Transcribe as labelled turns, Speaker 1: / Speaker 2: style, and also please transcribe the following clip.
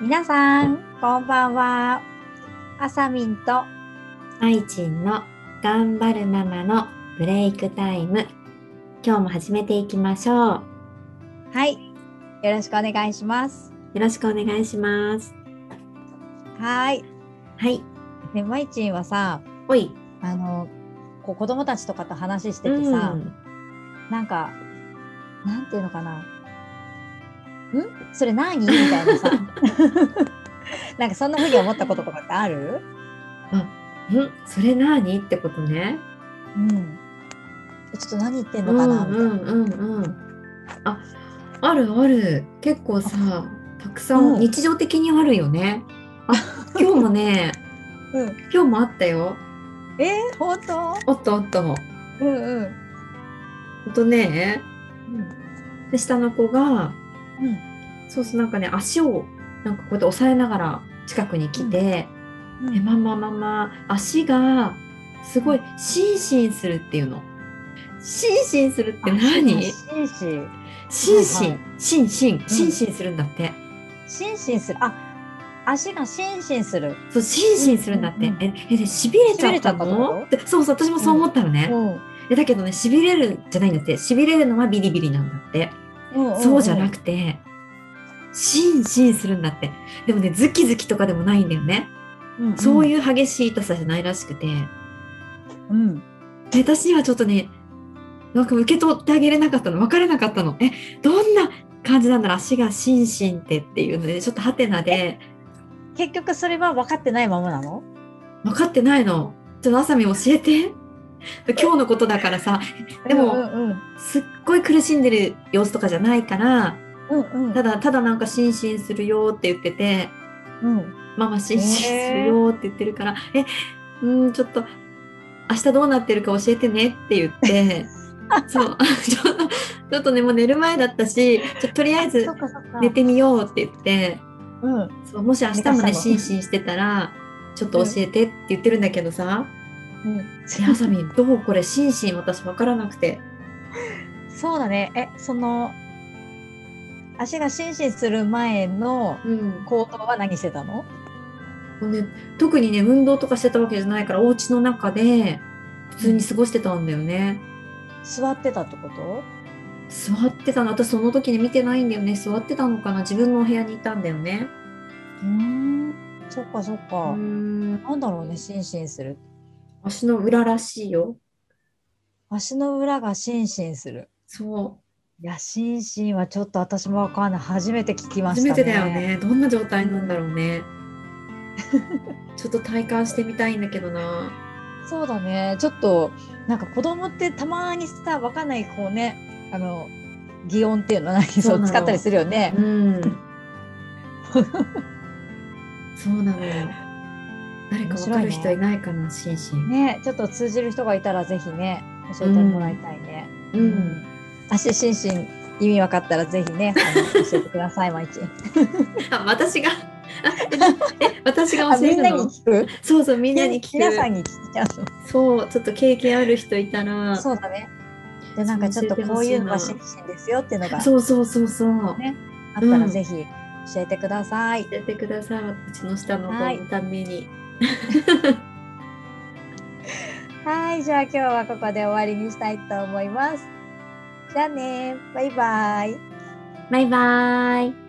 Speaker 1: 皆さん、こんばんは。あさみんと、
Speaker 2: アイチンの頑張るママのブレイクタイム。今日も始めていきましょう。
Speaker 1: はい。よろしくお願いします。
Speaker 2: よろしくお願いします。
Speaker 1: はーい。
Speaker 2: はい。
Speaker 1: ね、まいちんはさ、
Speaker 2: おい。
Speaker 1: あの、こう子供たちとかと話して
Speaker 2: う
Speaker 1: て
Speaker 2: ん
Speaker 1: さ、なんか、なんていうのかな。んそれ何みたいな さ。なんかそんなふうに思ったこととかってある
Speaker 2: んそれ何ってことね。
Speaker 1: うん。えちょっと何言ってんのかな、
Speaker 2: う
Speaker 1: み
Speaker 2: ん
Speaker 1: たいな。
Speaker 2: うんうんうん。あ、あるある。結構さ、たくさ
Speaker 1: うん
Speaker 2: ん日常的にあるよね。あ、 今日もね、
Speaker 1: うん。
Speaker 2: 今日もあったよ。
Speaker 1: えー、本当
Speaker 2: おっとおっと。
Speaker 1: う
Speaker 2: ほん
Speaker 1: んうん。うん
Speaker 2: とね、で下の子が、
Speaker 1: うん
Speaker 2: そうそうなんかね足をなんかこうやって押さえながら近くに来て「えママママ足がすごいシンシンする」っていうの。シンシンするって何
Speaker 1: シンシン。
Speaker 2: シン
Speaker 1: は
Speaker 2: シ
Speaker 1: いは
Speaker 2: ンシンシンシンシンするんだって。
Speaker 1: シンシンする。あ、足がシンシンする。
Speaker 2: そうシンシンするんだって。
Speaker 1: うんうん
Speaker 2: ええでしびれち
Speaker 1: し
Speaker 2: ゃった
Speaker 1: びれちゃった
Speaker 2: の
Speaker 1: っ
Speaker 2: ってそうそう私もそう思ったのね。
Speaker 1: ん。
Speaker 2: えだけどねしびれるじゃないんだってしびれるのはビリビリなんだって。そうじゃな
Speaker 1: て。
Speaker 2: くて、シンシンするんだって。でもね、ズキズキとかでもないんだよね。そう
Speaker 1: う。
Speaker 2: いう激しい痛さじゃないらしくて。
Speaker 1: うん。
Speaker 2: で私にはちょっとね、なんか受け取ってあげれなかったの、分からなかったの。え、どんな感じなんだろう、足がシンシンってっていうので、ちょっとハテナで、
Speaker 1: 結局それは分かってないままなの
Speaker 2: 分かってないの。ちょっとあさみ教えて。今日のことだからさ、でも
Speaker 1: うんうん
Speaker 2: すっごい苦しんでる様子とかじゃないから、
Speaker 1: うん。うんうん
Speaker 2: ただ、ただなんかシンシンするよって言ってて、
Speaker 1: うん。
Speaker 2: ママ心身するよって言ってるから、えうーん、ちょっと、明日どうなってるか教えてねって言 って、そう、 ちょっと、ちょっとね、もう寝る前だったし、ちょとりあえず
Speaker 1: そっかそっか。
Speaker 2: 寝てみようって言って、
Speaker 1: うん。
Speaker 2: そうもし明日も
Speaker 1: 寝か
Speaker 2: ね、
Speaker 1: したの
Speaker 2: 心身してたら、ちょっと教えてって言ってるんだけどさ、
Speaker 1: うん。
Speaker 2: いやあさみん、どうこれ、心身私分からなくて。
Speaker 1: そうだね。え、その、足がシンシンする前の
Speaker 2: うん。
Speaker 1: 行動は何してたの
Speaker 2: もうね、特にね、運動とかしてたわけじゃないから、お家の中で、普通に過ごしてたんだよね。
Speaker 1: 座ってたってこと
Speaker 2: 座ってたの私その時に見てないんだよね座ってたのかな自分のお部屋にいたんだよね
Speaker 1: うん。そっかそっ
Speaker 2: う
Speaker 1: か。
Speaker 2: ん
Speaker 1: なんだろうね、シンシンする。
Speaker 2: 足の裏らしいよ
Speaker 1: 足の裏がシンシンする。
Speaker 2: そ
Speaker 1: いや、シンシンはちょっと私もわかんない。初めて聞き
Speaker 2: う
Speaker 1: ま
Speaker 2: 初
Speaker 1: したね。
Speaker 2: めてだよ。ねどんな状態なんだろうねちょっと体感してみたいんだけどな
Speaker 1: そうだね。ちょっと、なんか子供ってたまにさ、わかんない、こうね、あの、擬音っていうの何
Speaker 2: そ
Speaker 1: そう
Speaker 2: な
Speaker 1: う
Speaker 2: の
Speaker 1: 使ったりするよね
Speaker 2: う。んそうなのよ誰かわかる人いないかなシンシン、
Speaker 1: ね、ちょっと通じる人がいたらぜひね、教えてもらいたいね。
Speaker 2: う、。
Speaker 1: うん足シンシン、意味わかったらぜひね、あの 教えてください、毎日。
Speaker 2: あ私が あええ私が
Speaker 1: あ
Speaker 2: 教
Speaker 1: み
Speaker 2: え
Speaker 1: ん
Speaker 2: る
Speaker 1: なに
Speaker 2: の
Speaker 1: 聞く
Speaker 2: そうそうみんなに聞く
Speaker 1: 皆さんに聞きちゃう
Speaker 2: そう、ちょっと経験ある人いた
Speaker 1: の。
Speaker 2: ら。
Speaker 1: そうだね。で、なんかちょっとこういうのがシンシンですよっていうのがあ
Speaker 2: そうそうそうそう。
Speaker 1: ねった
Speaker 2: う
Speaker 1: ら
Speaker 2: ん
Speaker 1: ぜひ教えてください。
Speaker 2: やってください、うちの下の子
Speaker 1: はい
Speaker 2: のために。
Speaker 1: はい、じゃあ今日はここで終わりにしたいと思います。じゃあね、バイバイ。
Speaker 2: バイバーイ。